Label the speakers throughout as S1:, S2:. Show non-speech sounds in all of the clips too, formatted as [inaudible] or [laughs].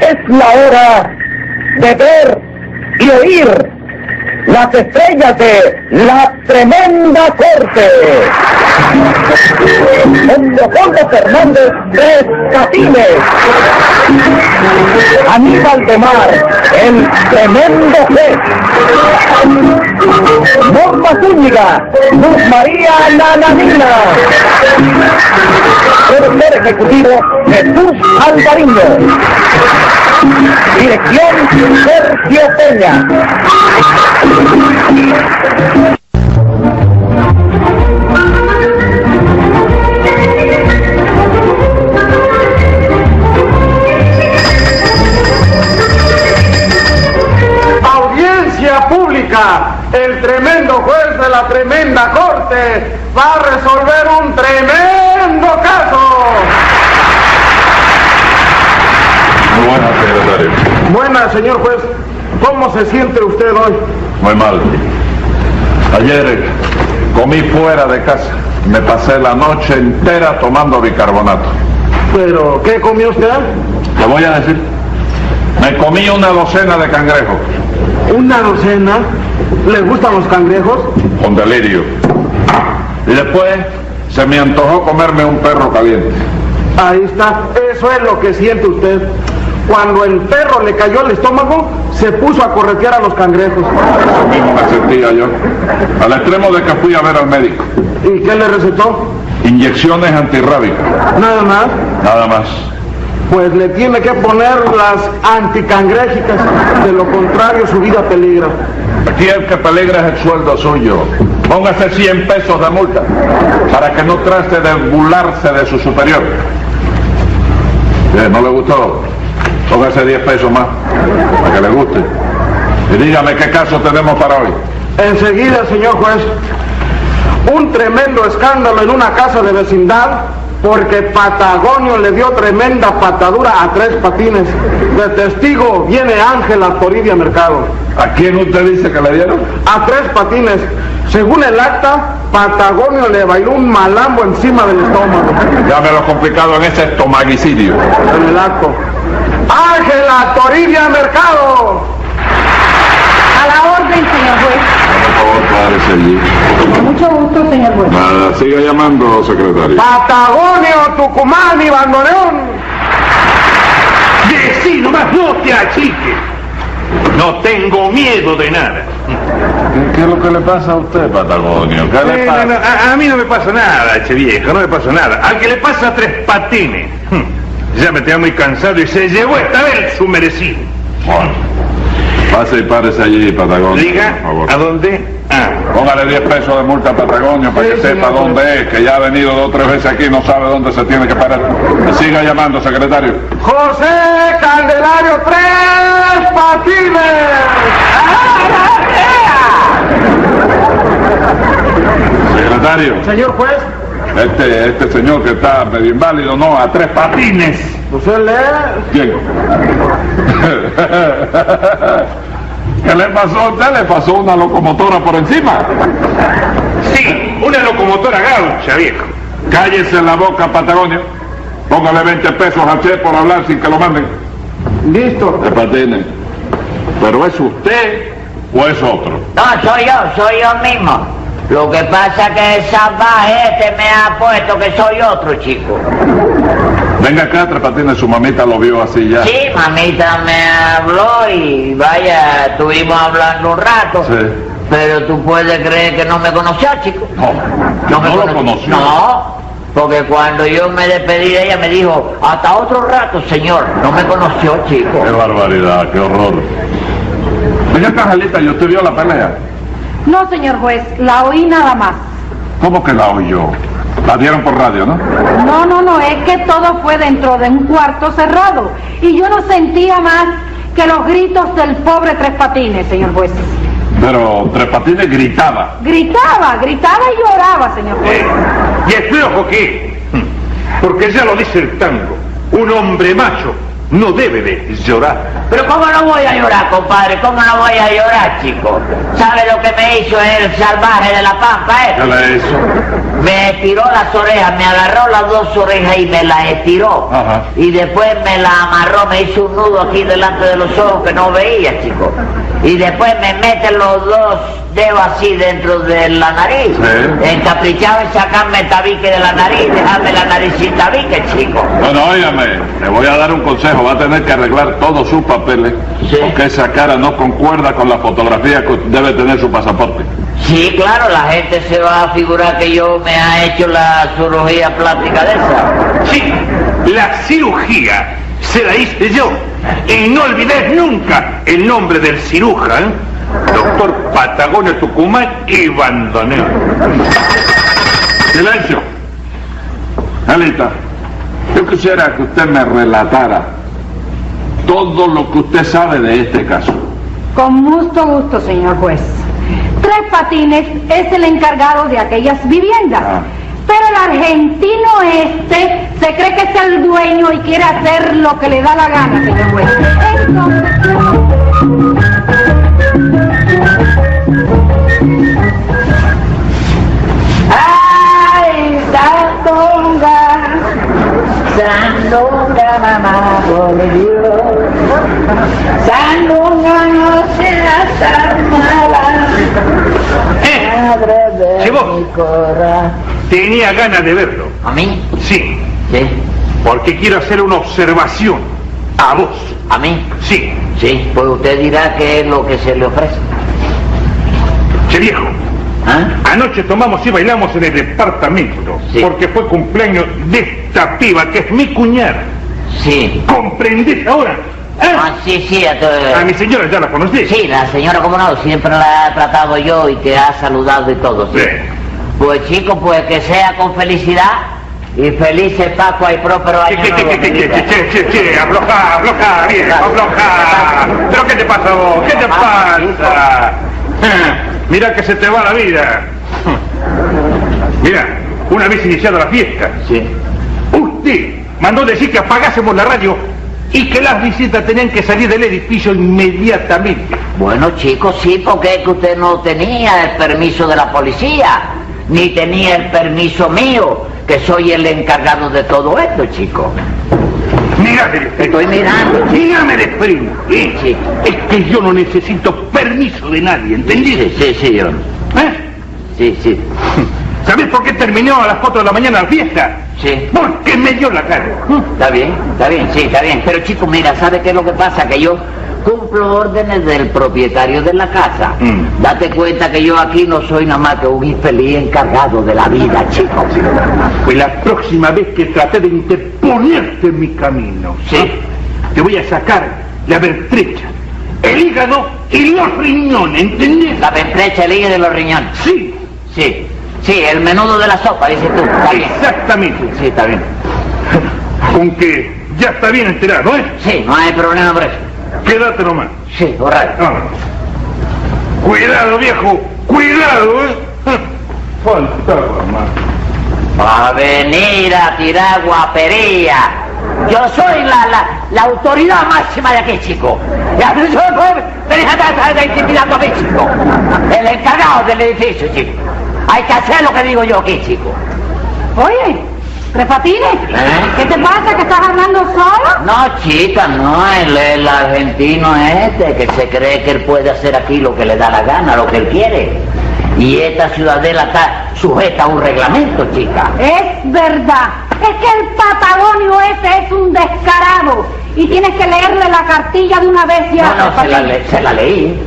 S1: es la hora de ver y oír las estrellas de la tremenda corte. Don Leopoldo Fernández Tres Catines. Aníbal de Mar, el tremendo juez. Norma Zúñiga, Luz María Nananina. Productor ejecutivo Jesús Alvariño. Dirección Sergio Peña.
S2: Audiencia pública. El tremendo juez de la tremenda corte va a resolver un tremendo caso.
S3: Muy buenas, secretario.
S2: Buenas, señor juez. ¿Cómo se siente usted hoy?
S3: Muy mal. Ayer eh, comí fuera de casa. Me pasé la noche entera tomando bicarbonato.
S2: Pero, ¿qué comió usted?
S3: Te voy a decir. Me comí una docena de cangrejos
S2: Una docena. ¿Le gustan los cangrejos?
S3: con delirio. Y después se me antojó comerme un perro caliente.
S2: Ahí está. Eso es lo que siente usted. Cuando el perro le cayó al estómago, se puso a corretear a los cangrejos.
S3: Eso mismo me sentía yo. Al extremo de que fui a ver al médico.
S2: ¿Y qué le recetó?
S3: Inyecciones antirrábicas.
S2: Nada más.
S3: Nada más.
S2: Pues le tiene que poner las anticangrégicas. De lo contrario, su vida peligra.
S3: Aquí el que peligra es el sueldo suyo. Póngase 100 pesos de multa para que no trate de burlarse de su superior. Eh, ¿No le gustó? Póngase 10 pesos más para que le guste. Y dígame qué caso tenemos para hoy.
S2: Enseguida, señor juez, un tremendo escándalo en una casa de vecindad porque Patagonio le dio tremenda patadura a tres patines. De testigo viene Ángela Toribia Mercado.
S3: ¿A quién usted dice que le dieron?
S2: A tres patines. Según el acta, Patagonio le bailó un malambo encima del estómago.
S3: Ya me lo complicado en ese estomaguicidio.
S2: En el acto. Ángela Toribia Mercado.
S4: A la orden, señor juez.
S3: Por favor, párese allí.
S4: Con mucho gusto, señor juez.
S3: Nada, siga llamando, secretario.
S2: Patagonio, Tucumán y Bandoneón.
S5: Decí nomás, no te achiques. No tengo miedo de nada.
S3: ¿Qué, qué es lo que le pasa a usted, Patagonio? ¿Qué le
S5: Eh, no, no,
S3: pasa?
S5: a, a mí no me pasa nada, che viejo, no me pasa nada. Al que le pasa tres patines. Hm, Ya me tenía muy cansado y se llevó esta vez su merecido.
S3: Bueno, pase y párese allí, Patagonio.
S5: Diga,
S3: por favor.
S5: ¿a dónde? Ah,
S3: Póngale 10 pesos de multa a Patagonio para que
S2: Sí,
S3: sepa
S2: señor.
S3: dónde es, que ya ha venido dos o tres veces aquí y no sabe dónde se tiene que parar. Siga llamando, secretario.
S2: José Candelario Tres Patines.
S3: Secretario,
S2: Señor juez,
S3: este, este señor que está medio inválido, no, a tres patines.
S2: usted lee.
S3: Bien. [laughs] ¿Qué le pasó a usted? ¿Le pasó una locomotora por encima?
S5: sí, una locomotora gaucha, viejo.
S3: Cállese la boca, Patagonio. Póngale 20 pesos a Che por hablar sin que lo manden.
S2: Listo.
S3: De patines. ¿Pero es usted o es otro?
S6: No, soy yo, soy yo mismo. Lo que pasa que el salvaje este me ha puesto que soy otro chico.
S3: Venga acá, Tres Patines, su mamita lo vio así ya.
S6: Sí, mamita me habló y vaya, estuvimos hablando un rato.
S3: Sí.
S6: Pero tú puedes creer que no me conoció, chico.
S3: No, yo no, lo conoció.
S6: No, porque cuando yo me despedí de ella me dijo, "Ah, hasta otro rato, señor. No me conoció, chico.
S3: Qué barbaridad, qué horror. Venga acá, Jalita, ¿y usted vio la pelea?
S4: No, señor juez, la oí nada más.
S3: ¿Cómo que la oyó? La dieron por radio, ¿no?
S4: No, no, no, es que todo fue dentro de un cuarto cerrado. Y yo no sentía más que los gritos del pobre Tres Patines, señor juez.
S3: Pero Tres Patines gritaba.
S4: Gritaba, gritaba y lloraba, señor juez.
S5: Eh, ¿Y es flojo qué? Hm, Porque ya lo dice el tango. Un hombre macho no debe de llorar.
S6: Pero ¿cómo no voy a llorar, compadre? ¿Cómo no voy a llorar, chico? ¿Sabe lo que me hizo el salvaje de la pampa, eh?
S3: ¿Qué le hizo?
S6: Me estiró las orejas, me agarró las dos orejas y me las estiró.
S3: Ajá.
S6: Y después me las amarró, me hizo un nudo aquí delante de los ojos que no veía, chico. Y después me mete los dos dedos así dentro de la nariz.
S3: Sí.
S6: Encaprichado en sacarme el tabique de la nariz, dejarme la nariz sin tabique, chico.
S3: Bueno, óigame, le voy a dar un consejo. Va a tener que arreglar todos sus papeles
S6: Sí.
S3: porque esa cara no concuerda con la fotografía que debe tener su pasaporte.
S6: Sí, claro, la gente se va a figurar que yo me ha hecho la cirugía plástica de esa.
S5: Sí, la cirugía se la hice yo. Y no olvides nunca el nombre del cirujano, doctor Patagonio Tucumán y Bandonero.
S3: Silencio. Anita, yo quisiera que usted me relatara todo lo que usted sabe de este caso.
S4: Con mucho gusto, señor juez. Tres Patines es el encargado de aquellas viviendas.
S3: Ah.
S4: Pero el argentino este se cree que es el dueño y quiere hacer lo que le da la gana, señor juez. Entonces...
S6: ¡Ay, sandonga! Sandonga, mamá, por Dios. Sandonga no seas tan mala.
S5: ¿Eh?
S6: Madre de
S5: Sí, vos.
S6: mi cora.
S5: Tenía ganas de verlo.
S6: ¿A mí?
S5: Sí,
S6: Sí.
S5: porque quiero hacer una observación a Ah, vos.
S6: ¿A mí?
S5: Sí,
S6: Sí, pues usted dirá qué es lo que se le ofrece.
S5: che viejo.
S6: ¿Ah?
S5: Anoche tomamos y bailamos en el departamento
S6: Sí.
S5: porque ¿eh? fue cumpleaños de esta piba que es mi cuñada.
S6: Sí.
S5: ¿Comprendés ahora? ¿Eh?
S6: Ah, sí, sí, a
S5: A
S6: todo.
S5: mi señora ya la conocí.
S6: Sí, la señora, como no, siempre la he tratado yo y te ha saludado y todo, sí.
S5: Bien.
S6: Pues chicos, pues que sea con felicidad y felices Pascua y próspero
S5: Che, che,
S6: año
S5: che,
S6: nuevo,
S5: che, che,
S6: amiguita.
S5: che, che, che, che, afloja, afloja, vieja, afloja. ¿Pero qué te pasa a vos? ¿Qué te pasa? Eh, Mirá que se te va la vida. Mira, una vez iniciada la fiesta,
S6: Sí.
S5: usted mandó decir que apagásemos la radio y que las visitas tenían que salir del edificio inmediatamente.
S6: Bueno, chicos, sí, porque es que usted no tenía el permiso de la policía, ni tenía el permiso mío, que soy el encargado de todo esto, chicos.
S5: Mírame de frente.
S6: Estoy mirando, chico.
S5: Mírame de frente. ¿eh?
S6: Sí.
S5: Es que yo no necesito permiso de nadie, ¿entendés?
S6: Sí, sí, sí, yo-
S5: ¿Eh?
S6: Sí, sí.
S5: ¿Sabés por qué terminó a las 4 de la mañana la fiesta?
S6: Sí.
S5: Porque me dio la cara.
S6: Está bien, está bien, sí, está bien. Pero chico, mira, ¿sabe qué es lo que pasa? Que yo cumplo órdenes del propietario de la casa.
S5: Mm.
S6: Date cuenta que yo aquí no soy nada más que un infeliz encargado de la vida, chico.
S5: Fue la próxima vez que traté de interponerte en mi camino.
S6: Sí.
S5: Te voy a sacar la bertrecha, el hígado y los riñones, ¿entendés?
S6: La ventrecha, el hígado de los riñones.
S5: Sí,
S6: Sí, sí, el menudo de la sopa, dices tú. Está bien.
S5: exactamente.
S6: Sí, está bien.
S5: Con que ya está bien enterado, ¿eh?
S6: Sí, no hay problema por eso.
S5: Quédate nomás.
S6: Sí, horrible.
S5: Vámonos. Cuidado, viejo. Cuidado, ¿eh? Faltaba
S6: [laughs]
S5: más.
S6: Va a venir a tirar guapería. Yo soy la, la, la autoridad máxima de aquí, chico. Ya, [laughs] pero yo no he- venís a tratar de intimidando a mí, chico. El encargado del edificio, chico. Hay que hacer lo que digo yo aquí, chico.
S4: Oye, Tres Patines,
S6: ¿Eh?
S4: ¿qué te pasa que estás hablando solo?
S6: No, chica, no, el, el argentino este que se cree que él puede hacer aquí lo que le da la gana, lo que él quiere. Y esta ciudadela está sujeta a un reglamento, chica.
S4: Es verdad, es que el Patagonio ese es un descarado y tienes que leerle la cartilla de una vez ya.
S6: No, no, se
S4: Tres
S6: la,
S4: Patines.
S6: le- se la leí.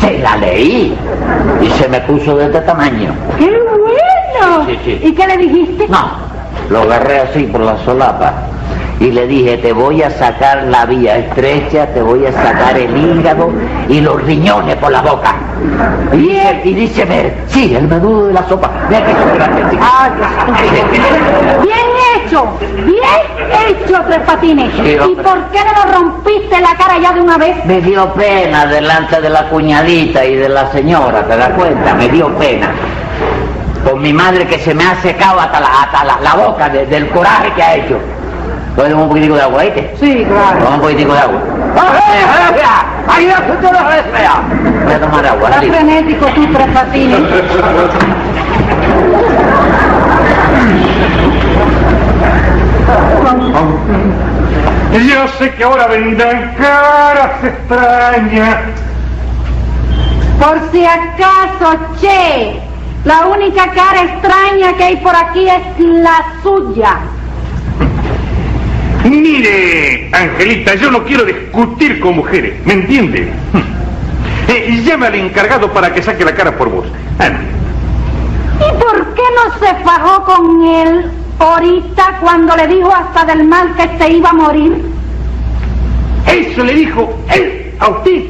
S6: Se la leí. Y se me puso de este tamaño.
S4: ¡Qué bueno!
S6: Sí, sí.
S4: ¿Y qué le dijiste?
S6: No, lo agarré así por la solapa. Y le dije, te voy a sacar la vía estrecha, te voy a sacar el hígado y los riñones por la boca. Y, dice- y dice, "Ver, sí, el menudo de la sopa. Mira que yo grande, chico. [laughs]
S4: Bien hecho, bien hecho, Tres Patines.
S6: Sí,
S4: ¿Y
S6: hombre.
S4: por qué no lo rompiste la cara ya de una vez?
S6: Me dio pena delante de la cuñadita y de la señora, ¿te das cuenta? Me dio pena. Con mi madre que se me ha secado hasta la, hasta la, la boca de- del coraje que ha hecho. ¿Puedo tomar un poquitico de agua, ¿viste?
S4: Sí, claro.
S6: Toma un poquitico de agua. ¡Ay, Voy a tomar agua,
S4: Está
S6: dale.
S4: frenético tú, Tres Patines.
S5: Yo sé que ahora vendrán caras extrañas.
S4: Por si acaso, che, la única cara extraña que hay por aquí es la suya.
S5: Mire, Angelita, yo no quiero discutir con mujeres, ¿me entiende? Eh, llame al encargado para que saque la cara por vos. Ande.
S4: ¿Y por qué no se fajó con él ahorita cuando le dijo hasta del mal que se iba a morir?
S5: Eso le dijo él a usted.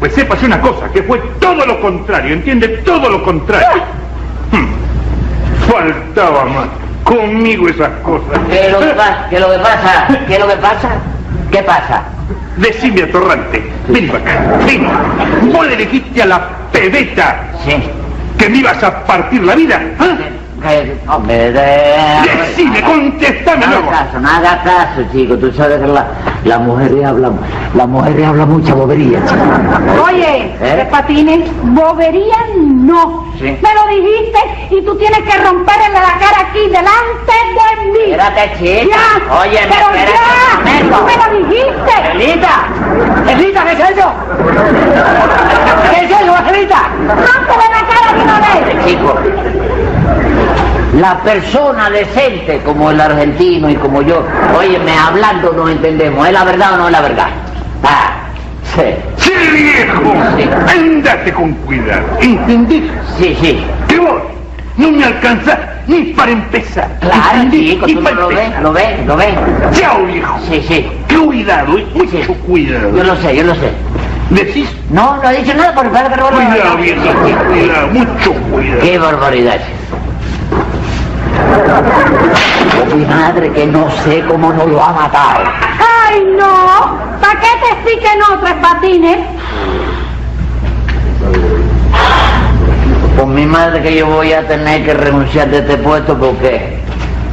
S5: Pues sépase una cosa, que fue todo lo contrario, ¿entiende? Todo lo contrario.
S6: Ah.
S5: Hmm. Faltaba más. Conmigo esas cosas. [laughs]
S6: ¿Qué es lo que pasa? ¿Qué es lo que pasa? ¿Qué es lo que pasa? ¿Qué pasa?
S5: Decime, atorrante, ven pa' acá, ven. Vos le dijiste a la pebeta
S6: Sí.
S5: que me ibas a partir la vida, ¿ah?
S6: Eh, Hombre, de...
S5: Decime, contéstame,
S6: No hagas
S5: loco.
S6: caso, no hagas caso, chico. Tú sabes que la, la mujer habla, la mujer habla mucha bobería, chico.
S4: Oye,
S6: ¿Eh?
S4: Tres Patines, bobería no.
S6: Sí.
S4: Me lo dijiste y tú tienes que romperle la cara aquí delante de mí.
S6: Espérate, chico.
S4: Ya,
S6: Oye,
S4: pero
S6: espérate un
S4: ya,
S6: momento.
S4: tú me lo dijiste.
S6: Angelita, Angelita, ¿qué es eso? ¿Qué es eso, Angelita?
S4: Rómpele la cara de una vez.
S6: Chico, la persona decente como el argentino y como yo, óyeme, hablando nos entendemos, ¿es la verdad o no es la verdad? Ah, sí,
S5: Sí, viejo,
S6: Sí.
S5: andate con cuidado, ¿entendés?
S6: sí, sí.
S5: Que vos no me alcanzás ni para empezar. [laughs]
S6: Claro,
S5: ¿entendés?
S6: chico,
S5: Ni
S6: tú no
S5: para
S6: lo ves,
S5: empezar.
S6: lo ves, lo ves.
S5: Chao, viejo.
S6: Sí, sí,
S5: Cuidado, eh, mucho
S6: yo
S5: cuidado.
S6: lo sé, yo lo sé.
S5: Decís,
S6: No, no ha dicho nada, por favor, pero
S5: cuidado, viejo, cuidado, mucho cuidado.
S6: Qué barbaridad. Oh, Mi madre, que no sé cómo no lo ha matado.
S4: ¡Ay, no! ¿Para qué te sí que no, Tres Patines?
S6: Con mi madre que yo voy a tener que renunciar de este puesto porque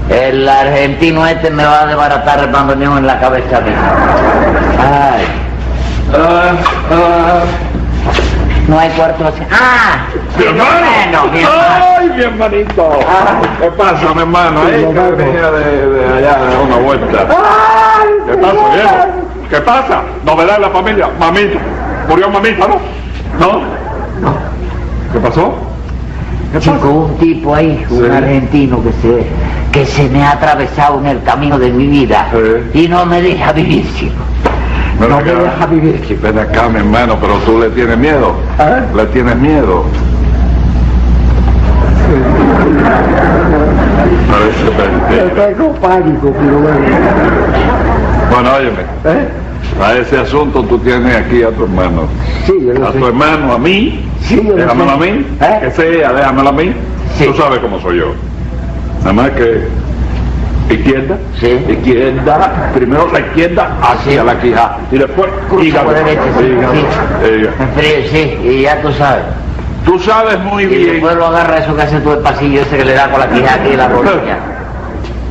S6: el argentino este me va a desbaratar el bandoneón en la cabeza a mí. Ay.
S3: Ah,
S6: No hay cuarto así. ¡Ah!
S5: Mi hermano. Oh,
S6: Bueno, mi hermano. Ah.
S3: ¡Ay, mi hermanito! ¿Qué pasa, mi
S7: Ah,
S3: hermano? eh? Que venía de, de allá de una vuelta. ¿Qué pasa, viejo? ¿Qué pasa? Novedad en la familia. Mamita. Murió mamita, ¿no? ¿No? ¿Qué pasó? ¿Qué
S6: Chico, un tipo ahí, un
S3: Sí.
S6: argentino que se, que se me ha atravesado en el camino de mi vida
S3: Sí.
S6: y no me deja vivir, chico.
S3: Ven
S6: No
S3: acá.
S6: me deja vivir, chico.
S3: Ven acá, mi hermano, pero tú le tienes miedo.
S7: ¿Ah?
S3: Le tienes miedo. Parece mentira.
S7: Tengo pánico, pero bueno.
S3: Bueno, óyeme,
S7: ¿Eh?
S3: a ese asunto tú tienes aquí a tu hermano.
S7: Sí, yo lo
S3: A tu
S7: sé.
S3: hermano, a mí.
S7: Sí, yo lo
S3: Déjamelo a
S7: sé.
S3: mí.
S7: ¿Eh?
S3: Que sea, déjamelo a mí.
S6: Sí.
S3: Tú sabes cómo soy yo. Nada más que... Izquierda,
S6: Sí.
S3: izquierda, primero la izquierda hacia la quijada y después
S6: Cruza
S3: hígado,
S6: por derecha, sí,
S3: hígado,
S6: sí.
S3: hígado.
S6: Me frío, sí, y ya tú sabes.
S3: Tú sabes muy
S6: Y
S3: bien,
S6: después
S3: tú
S6: lo agarra eso que hace todo el pasillo ese que le da con la quijada aquí y
S3: [laughs]
S6: la rodilla.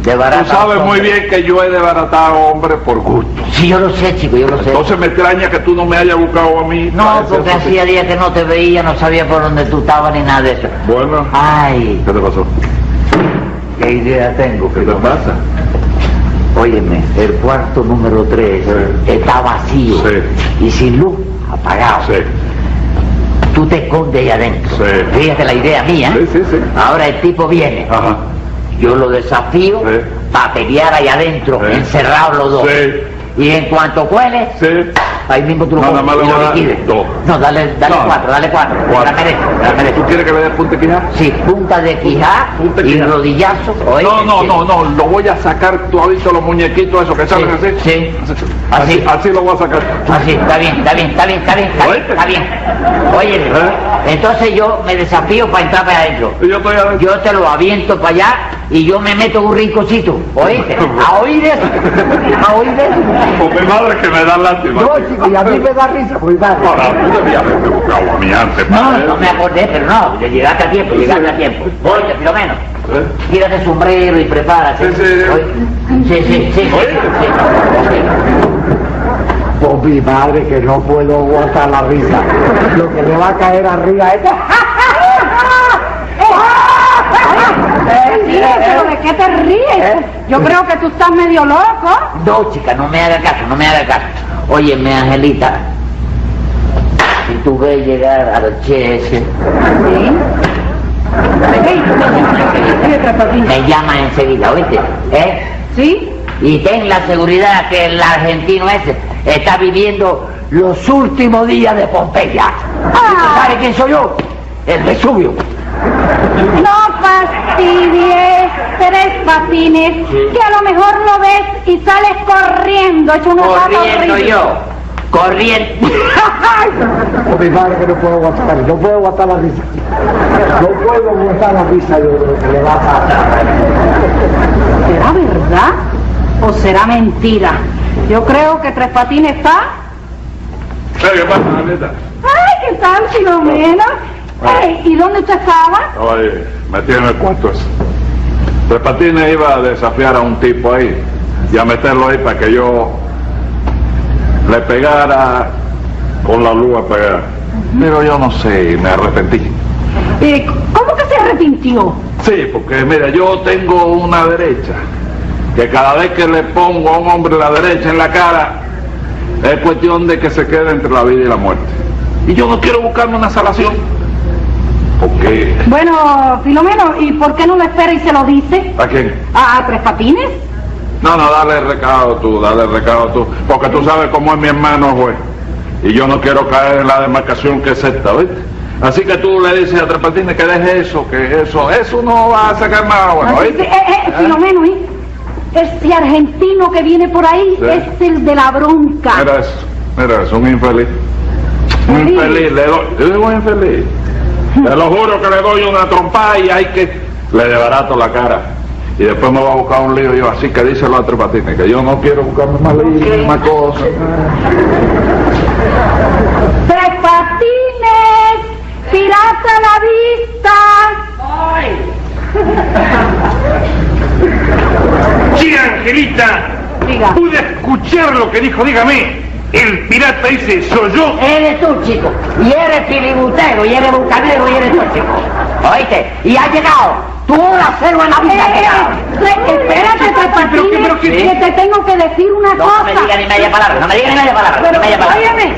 S6: De barata.
S3: sabes muy bien que yo he desbaratado hombres por gusto.
S6: Sí, yo lo sé, chico, yo lo sé.
S3: Entonces me extraña que tú no me hayas buscado a mí.
S6: no,
S3: Parece
S6: porque
S3: eso que-
S6: hacía días que no te veía, no sabía por dónde tú estabas ni nada de eso.
S3: Bueno,
S6: Ay,
S3: ¿qué te pasó?
S6: qué idea tengo,
S3: ¿Qué te
S6: primo.
S3: pasa?
S6: Óyeme, el cuarto número 3
S3: Sí.
S6: está vacío
S3: Sí.
S6: y sin luz, apagado.
S3: Sí,
S6: Tú te escondes ahí adentro.
S3: Sí.
S6: Fíjate la idea mía. ¿eh?
S3: sí, sí, sí.
S6: Ahora el tipo viene.
S3: Ajá.
S6: Yo lo desafío
S3: Sí.
S6: para pelear ahí adentro,
S3: Sí.
S6: encerrados los dos.
S3: Sí.
S6: Y en cuanto cuele,
S3: Sí.
S6: ahí mismo tú lo
S3: Nada
S6: coges
S3: más le
S6: y
S3: voy a
S6: lo
S3: dar
S6: liquides.
S3: dos.
S6: No, dale, dale
S3: No.
S6: cuatro, dale cuatro. Me La
S3: Cuatro.
S6: merezco, me la merezco.
S3: ¿Tú quieres que le des punta y quijada?
S6: Sí, punta de quijá
S3: Punta de
S6: y
S3: quijá.
S6: rodillazo. oíste,
S3: No, no,
S6: sí.
S3: no, no, lo voy a sacar tú ahorita los muñequitos esos que salen
S6: Sí,
S3: así.
S6: sí.
S3: Así,
S6: Así.
S3: así lo voy a sacar.
S6: Ah, sí, está bien, está bien, está bien, está bien, está bien,
S3: Oíste.
S6: está bien. Oye,
S3: ¿Eh?
S6: entonces yo me desafío para entrar para adentro.
S3: Y yo estoy adentro.
S6: Yo te lo aviento para allá y yo me meto en un rinconcito, ¿oíste? ¿A oír eso? ¿A oír eso?
S3: Con mi madre que me da lástima.
S7: No, chico, y a mí me da risa, pues vale.
S3: Ahora, tú debías haberme buscado a mí antes.
S6: No,
S3: padre.
S6: no me acordé, pero no, llegaste a tiempo, llegaste a tiempo. Oye, por lo menos.
S3: ¿Eh?
S6: Tírate el sombrero y prepárate.
S3: Sí, sí.
S6: sí, sí, sí, sí,
S3: Oíste.
S6: sí, sí.
S7: Por mi madre que no puedo aguantar la risa. Lo que le va a caer arriba es...
S4: te
S6: eh,
S4: ríes, pero ¿de qué te ríes? Yo creo que tú estás medio loco.
S6: No, chica, no me haga caso, no me haga caso. Óyeme, Angelita. Si tú ves llegar al che ese, ¿eh?
S4: Ey, ey, Traspatín,
S6: me llama enseguida, ¿oíste? ¿Eh?
S4: ¿Sí?
S6: Y ten la seguridad que el argentino ese está viviendo los últimos días de Pompeya. ¿Y tú
S4: Ah.
S6: sabes quién soy yo? El Vesubio.
S4: No fastidies, tres patines, que a lo mejor lo ves y sales corriendo, hecho un gato
S6: Corriendo
S4: Ah, horrible. [laughs]
S6: yo. Corriendo.
S7: Por mi madre que no puedo aguantar, no puedo aguantar la risa. No puedo aguantar la risa yo creo que le va a pasar.
S4: ¿Será verdad o será mentira? Yo creo que tres patines está
S3: ¿Qué qué pasa, Angelita?
S4: ¡Ay, qué tal, Filomena! Ey, ¿Y dónde tú estabas?
S3: Oye, metido en el cuarto ese. Tres Patines iba a desafiar a un tipo ahí y a meterlo ahí para que yo le pegara con la luz a pegar. Pero yo no sé, y me arrepentí.
S4: Eh, ¿Cómo que se arrepintió?
S3: Sí, porque mira, yo tengo una derecha, que cada vez que le pongo a un hombre la derecha en la cara, es cuestión de que se quede entre la vida y la muerte. Y yo no quiero buscarme una salación, porque...
S4: Bueno, Filomeno, ¿y por qué no lo espera y se lo dice?
S3: ¿A quién?
S4: ¿A, a tres patines?
S3: No, no, dale el recado tú, dale el recado tú, porque tú sabes cómo es mi hermano, juez. Y yo no quiero caer en la demarcación que es esta, ¿viste? Así que tú le dices a Tres Patines que deje eso, que eso, eso no va a sacar nada bueno, Ah.
S4: Así que,
S3: ¿oíste?
S4: eh, eh, Filomeno, ¿eh? Ese argentino que viene por ahí
S3: Sí.
S4: es el de la bronca.
S3: Mira eso, mira eso, un infeliz. Un
S4: Feliz.
S3: infeliz, le doy, yo digo infeliz. Te lo juro que le doy una trompada y hay que... Le debarato la cara. Y después me va a buscar un lío yo, así que díselo a Tres Patines, que yo no quiero buscarme más lío, más cosas.
S4: ¡Tres patines! ¡Pirata a la vista!
S5: Sí, Angelita,
S4: Diga,
S5: pude escuchar lo que dijo, dígame. El pirata dice, soy yo.
S6: Eres tú, chico. Y eres filibutero, y eres bucanero, y eres tú, chico. ¿Oíste? Y ha llegado. Tu hora cero en la
S4: Eh,
S6: vida. ha llegado.
S4: eh, tre- espérate, tres patines,
S5: pero qué-
S4: que te tengo que decir una
S6: No
S4: cosa.
S6: me diga ni media palabra, no me diga ni media palabra.
S4: Pero,
S6: ni media palabra.
S4: óyeme,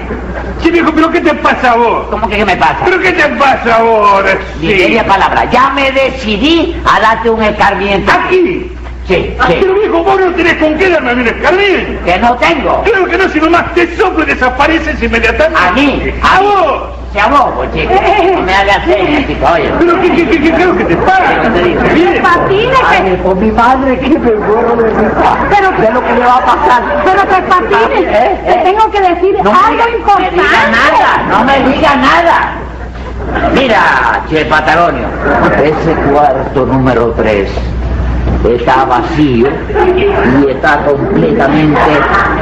S5: Sí, viejo, pero ¿qué te pasa a vos?
S6: ¿Cómo que qué me pasa?
S5: ¿Pero qué te pasa a vos ahora?
S6: Ni
S5: Sí.
S6: media palabra. Ya me decidí a darte un escarmiento.
S5: Aquí.
S6: Sí,
S5: Pero
S6: Ah, sí.
S5: viejo, vos no tenés con qué darme a mí un escarmiento.
S6: Que no tengo.
S5: Claro que no, si nomás te soplo y desapareces inmediatamente.
S6: A mí.
S5: A vos.
S6: Se abobo, chico. No me hagas señas, chico, oye.
S5: Pero ¿qué, qué, qué, qué, qué es lo que te pasa?
S6: Pero te digo.
S5: Bien.
S4: patines, que-
S7: Ay, por mi madre que me muero de risa.
S4: Pero
S6: ¿Qué es lo que me va a pasar?
S4: Pero tres patines,
S6: ¿Eh?
S4: te tengo que decir
S6: No me
S4: algo
S6: diga-
S4: importante.
S6: No me diga nada, no me diga nada. Mira, che Patagonio, ese cuarto número 3 está vacío y está completamente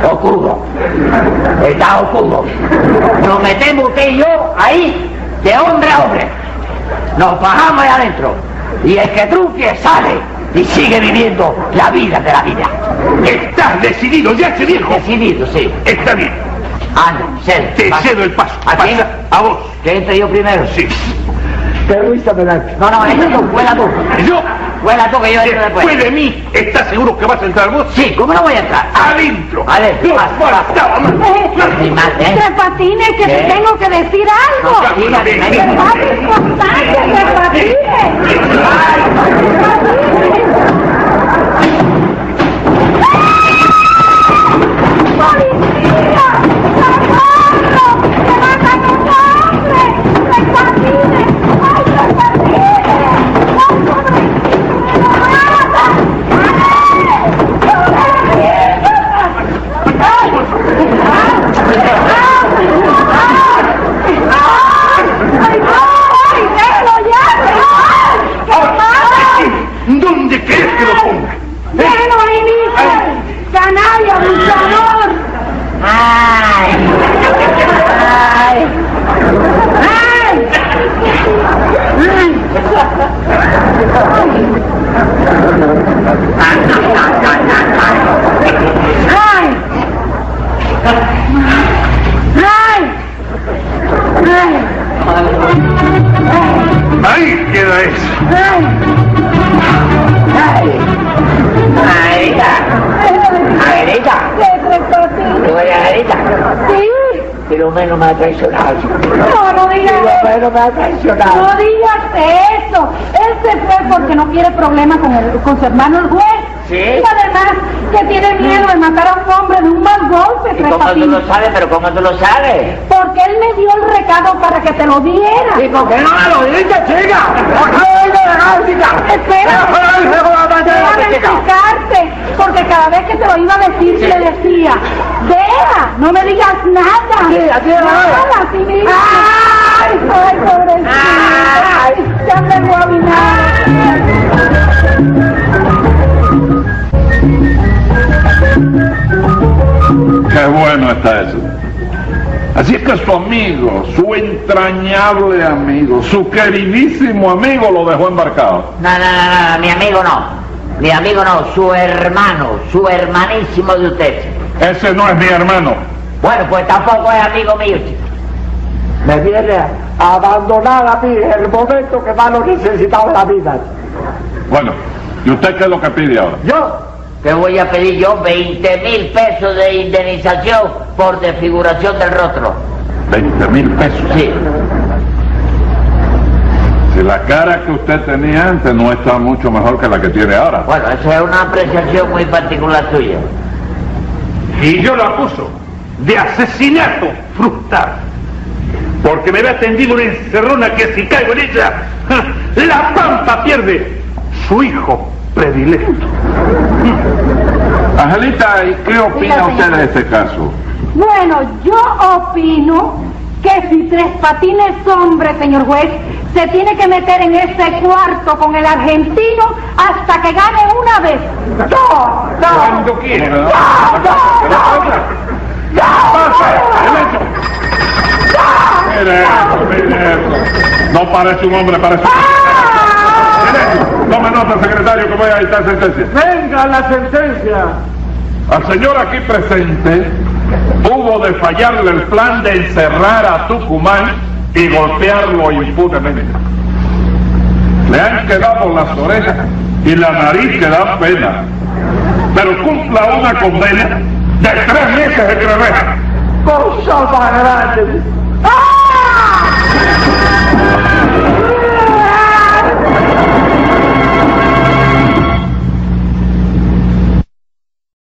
S6: oscuro. Está oscuro. Nos metemos usted y yo ahí, de hombre a hombre. Nos bajamos ahí adentro. Y el que trunque sale y sigue viviendo la vida de la vida.
S5: Estás decidido, ya se viejo.
S6: Decidido, sí. Ah,
S5: Está bien.
S6: Anda, Cel,
S5: Te
S6: pasa.
S5: cedo el paso.
S6: ¿A quién?
S5: Pasa a vos.
S6: Que entre yo primero.
S5: Sí.
S7: Qué risa me da.
S6: No, no, eso tú, fuera tú.
S5: Yo,
S6: Fuera tú que yo entro después.
S5: después de mí, ¿estás seguro que vas a entrar vos?
S6: Sí, ¿cómo no voy a entrar?
S5: Adentro.
S6: Adentro,
S5: No,
S6: vas,
S5: faltaba más.
S4: Eh,
S6: Ni más, ¿eh?
S4: Tres patines, que te
S6: ¿Qué?
S4: tengo que decir algo.
S6: No, diga,
S5: Ven,
S6: diga,
S4: Es
S5: ven.
S6: diga.
S4: algo importante, tres patines. ¡Policía! ¡Socorro! ¡Se matan un hombre! ¡Tres patines! ¡Ay, tres patines! ¡Ay,
S5: Ahora, sí, No
S6: menos me ha traicionado.
S4: No, no digas
S6: Por
S4: eso.
S6: lo menos me ha
S4: No
S6: traicionado.
S4: digas eso. Él se fue porque no quiere problemas con, el- con su hermano el juez.
S6: Sí.
S4: Y además que tiene miedo de matar a un hombre de un mal golpe,
S6: ¿Y
S4: Tres
S6: cómo tú
S4: Patines.
S6: lo sabes? ¿Pero cómo tú lo sabes?
S4: Porque él me dio el recado para que te lo diera.
S6: ¿Y por qué no me lo dices, chica? ¿Por qué no dices nada, chica?
S4: Espera.
S6: ¿Por qué no dices cómo me
S4: Déjame
S6: atreves, chica?
S4: explicarte, porque cada vez que te lo iba a decir,
S6: Sí.
S4: te decía, deja, no me digas nada.
S6: Sí, así es,
S4: nada,
S6: ¿verdad?
S4: así mismo. Ay, ay, pobrecito. Ay, ya me voy a mirar.
S3: Qué bueno está eso. Así es que su amigo, su entrañable amigo, su queridísimo amigo lo dejó embarcado.
S6: No, no, no, no, mi amigo no. Mi amigo no, su hermano, su hermanísimo de usted.
S3: Ese no es mi hermano.
S6: Bueno, pues tampoco es amigo mío, chico.
S7: Me viene abandonada a mí en el momento que más lo necesitaba en la vida.
S3: Bueno, ¿y usted qué es lo que pide ahora?
S7: Yo,
S6: Te voy a pedir yo 20 mil pesos de indemnización por desfiguración del rostro.
S3: 20 mil pesos.
S6: Sí.
S3: Si la cara que usted tenía antes no está mucho mejor que la que tiene ahora.
S6: Bueno, esa es una apreciación muy particular tuya.
S5: Y yo lo acuso de asesinato frustrado. Porque me había tendido una encerrona que si caigo en ella, [laughs] ¡ja! la pampa pierde su hijo predilecto.
S3: Angelita, ¿y qué opina
S4: Dígame.
S3: usted de este caso?
S4: Bueno, yo opino que si Tres Patines hombre, señor juez, se tiene que meter en ese cuarto con el argentino hasta que gane una vez. Dos, dos.
S5: Cuando quiera.
S4: No, no, no.
S3: ¡Pasa! ¡Silencio! Mire eso, mire eso. No parece un hombre, parece un
S4: Ah.
S3: Silencio. Tome nota, secretario, que voy a dictar sentencia.
S7: venga la sentencia.
S3: Al señor aquí presente hubo de fallarle el plan de encerrar a Tucumán y golpearlo impunemente. Le han quedado las orejas y la nariz que da pena. Pero cumpla una condena de tres meses de tres rejas.
S7: Cosa más grande.
S4: ¡Ah!